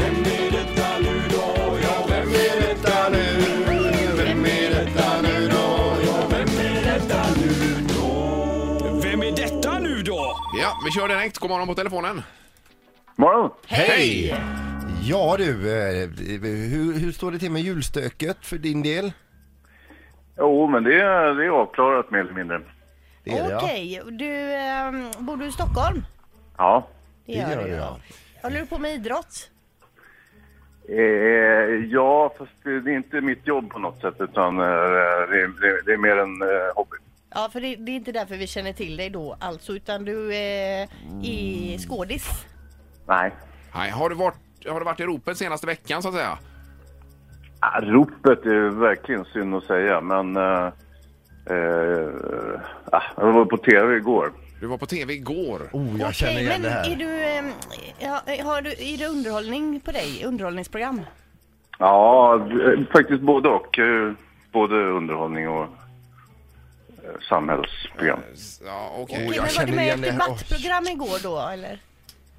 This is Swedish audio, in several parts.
Vem är detta nu då? Ja, vem är detta nu? Vem är detta nu då? Ja, vem är detta nu då? Vem är detta nu då? Ja, vi kör direkt. God morgon på telefonen. Morgon. Hej! Ja du, eh, hur, hur står det till med julstöket för din del? Jo, men det, är- det är avklarat mer eller mindre. Det är det, ja. Okej, du, ehm, bor du i Stockholm? Ja. Det Det gör det ja. Håller du på med idrott? Eh, ja, fast det det är inte mitt jobb på något sätt utan eh, det, är- det, är- det är mer en eh, hobby. Ja, för det, det är inte därför vi känner till dig då alltså, utan du eh, Mm. är skådis. Nej. Nej, har, du varit, har du varit i ropet senaste veckan så att säga? Ah, ropet är verkligen synd att säga, men eh, eh, ah, jag var på tv igår. Du var på tv igår. Oh, jag känner Okej, igen men det är här. du, ehm, ja, har du, är det underhållning på dig? Underhållningsprogram? Ja, eh, faktiskt både och. eh, Både underhållning och eh, samhällsprogram. Ja, okej. Oj, Okej, jag men var du känner med i igen ett det här. debattprogram igår då, eller?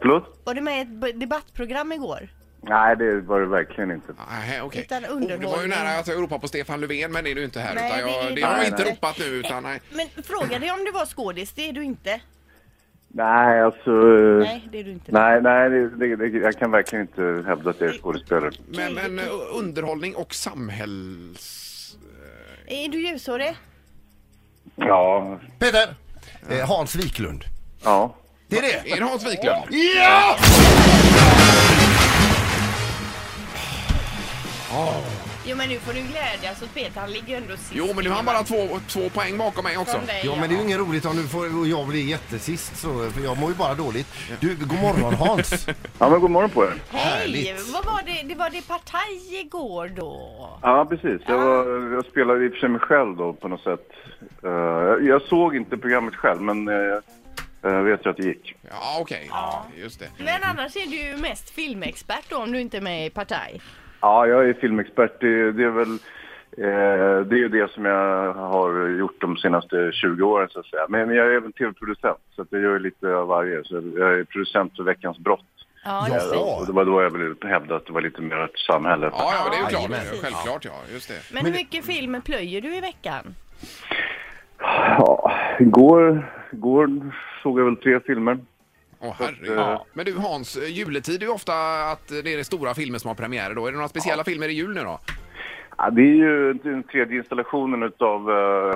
Förlåt? Var du med i ett b- debattprogram igår? Nej, det var det verkligen inte. Nej, okej. Utan oh, det var ju underhållning. nära att jag ropade på Stefan Löfven, men det är du inte här. Nej, utan det jag, är det har jag du inte inte. ropat nu, utan nej. Men frågade jag om du var skådis? Det är du inte. Nej, alltså... eh, Nej, det är du inte. Nej, nej det, det, det, jag kan verkligen inte hävda att jag är skådespelare. Men, men eh, underhållning och samhälls... Eh, Är du ljushårig? Ja, Peter! Eh, Hans Wiklund. ja. Det är det! Är det Hans Wiklund? Ja! Jo, men nu får du glädjas åt Peter. Han ligger ju ändå sist. Jo, men nu har han bara två, två poäng bakom mig också. Från dig, Ja men det är ju inget roligt om du får, och jag blir jättesist så, för jag mår ju bara dåligt. Du, god morgon Hans! Ja, men god morgon på er. Hej! härligt. Vad var det? Det var det partaj igår då? Ja, precis. Jag, var, jag spelade i och för sig mig själv då på något sätt. Eh, jag- jag såg inte programmet själv, men eh, jag vet ju att det gick. Ja, okej. Just det. Men annars är du ju mest filmexpert då, om du inte är med i partaj. Ja, jag är filmexpert. Det, det är väl... eh, det är ju det som jag har gjort de senaste 20 åren, så att säga. Men jag är även tv-producent, så att jag gör lite av varje. Så jag är producent för Veckans brott. Ja, Ja. just det. Och det var då jag ville hävda att det var lite mer ett samhälle. Ja, ja, det är ju klart. Jajamän. Självklart, ja. Just det. Men hur mycket film plöjer du i veckan? Ja, igår, igår såg jag väl tre filmer. Åh, herregud. Ja. Men du Hans, eh, juletid är ju ofta att det är stora filmer som har premiärer då. Är det några speciella filmer i jul nu då? Ja, det är ju den tredje installationen av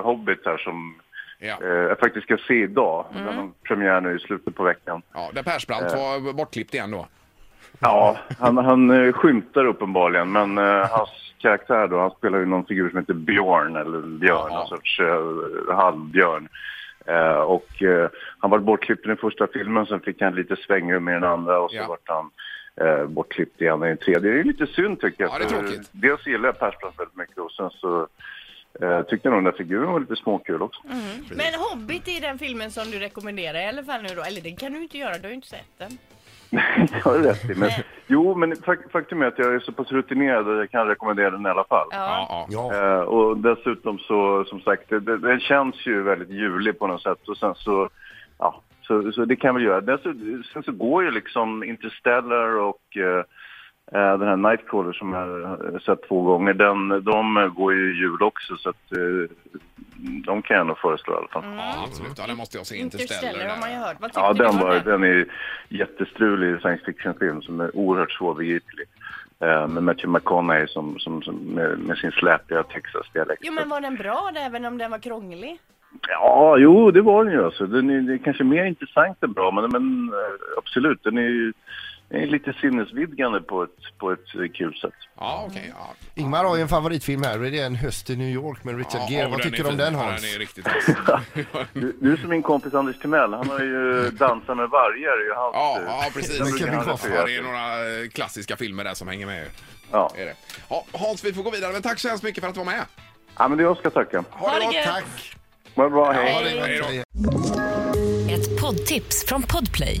Hobbit här som Ja, eh, jag faktiskt ska se idag. Den har premiär nu i slutet på veckan. ja där Persbrandt var bortklippt igen då. Ja, han, han eh, skymtar uppenbarligen, men eh, hans karaktär då, han spelar ju någon figur som heter Björn, eller Björn, Ja. någon sorts eh, halvbjörn. Eh, och eh, han var bortklippt i den första filmen, sen fick han lite svängrum i den andra och så Ja. vart han eh, bortklippt igen i den tredje. Det är lite synd tycker jag. Ja, det är för tråkigt. Dels gillar jag Persbrandt väldigt mycket och sen så eh, tyckte jag nog den där figuren var lite småkul också. Men Hobbit är den filmen som du rekommenderar i alla fall nu då. Eller det kan du inte göra, du har ju inte sett den. det har du rätt i. Men, jo, men fak- faktum är att jag är så pass rutinerad att jag kan rekommendera den i alla fall. Ja. Ja, ja. Ja, Eh, och dessutom så, som sagt, det- det- den känns ju väldigt julig på något sätt. Och sen så, ja, så, så det kan vi göra. Dessutom, sen så går ju liksom Interstellar och eh, eh, den här Nightcrawler som jag har sett två gånger, den, de eh, går ju i jul också. Så att, eh, de kan jag nog föreslå i alla Mm, fall. ja absolut. Ja, den måste jag se. Interstellar har man ju där. hört. Vad tyckte Ja, du den, om var, den är ju jättestrulig science fiction-film som är oerhört svårbegriplig. Eh, med Matthew McConaughey som, som, som, med, med sin släpiga Texas-dialekt. Jo, men var den bra då, även om den var krånglig? Ja, jo, det var den ju. Alltså. Den är, det är kanske mer intressant än bra, men, men eh, absolut. Den är ju den är lite sinnesvidgande på ett, på ett eh, kul sätt. Ja, okej. ja. Ingmar har ju en favoritfilm här och det är En höst i New York med Richard Ja, Gere. och Vad tycker är du om fin. den Ja, Hans? Den är riktigt vass. Du, du är som min kompis Anders Timell. Han har ju Dansa med vargar. det är ju hans, Ja, eh, ja precis. Men Kevin Costner. Ja, det är några eh, klassiska filmer där som hänger med. Ja. Är det. Ja, Hans, vi får gå vidare, men tack så hemskt mycket för att du var med. ja, men det är jag ska tacka. Ha det gott. gött. Tack! Men bra, hej. Ha det gott. Hej då. Ett poddtips från Podplay.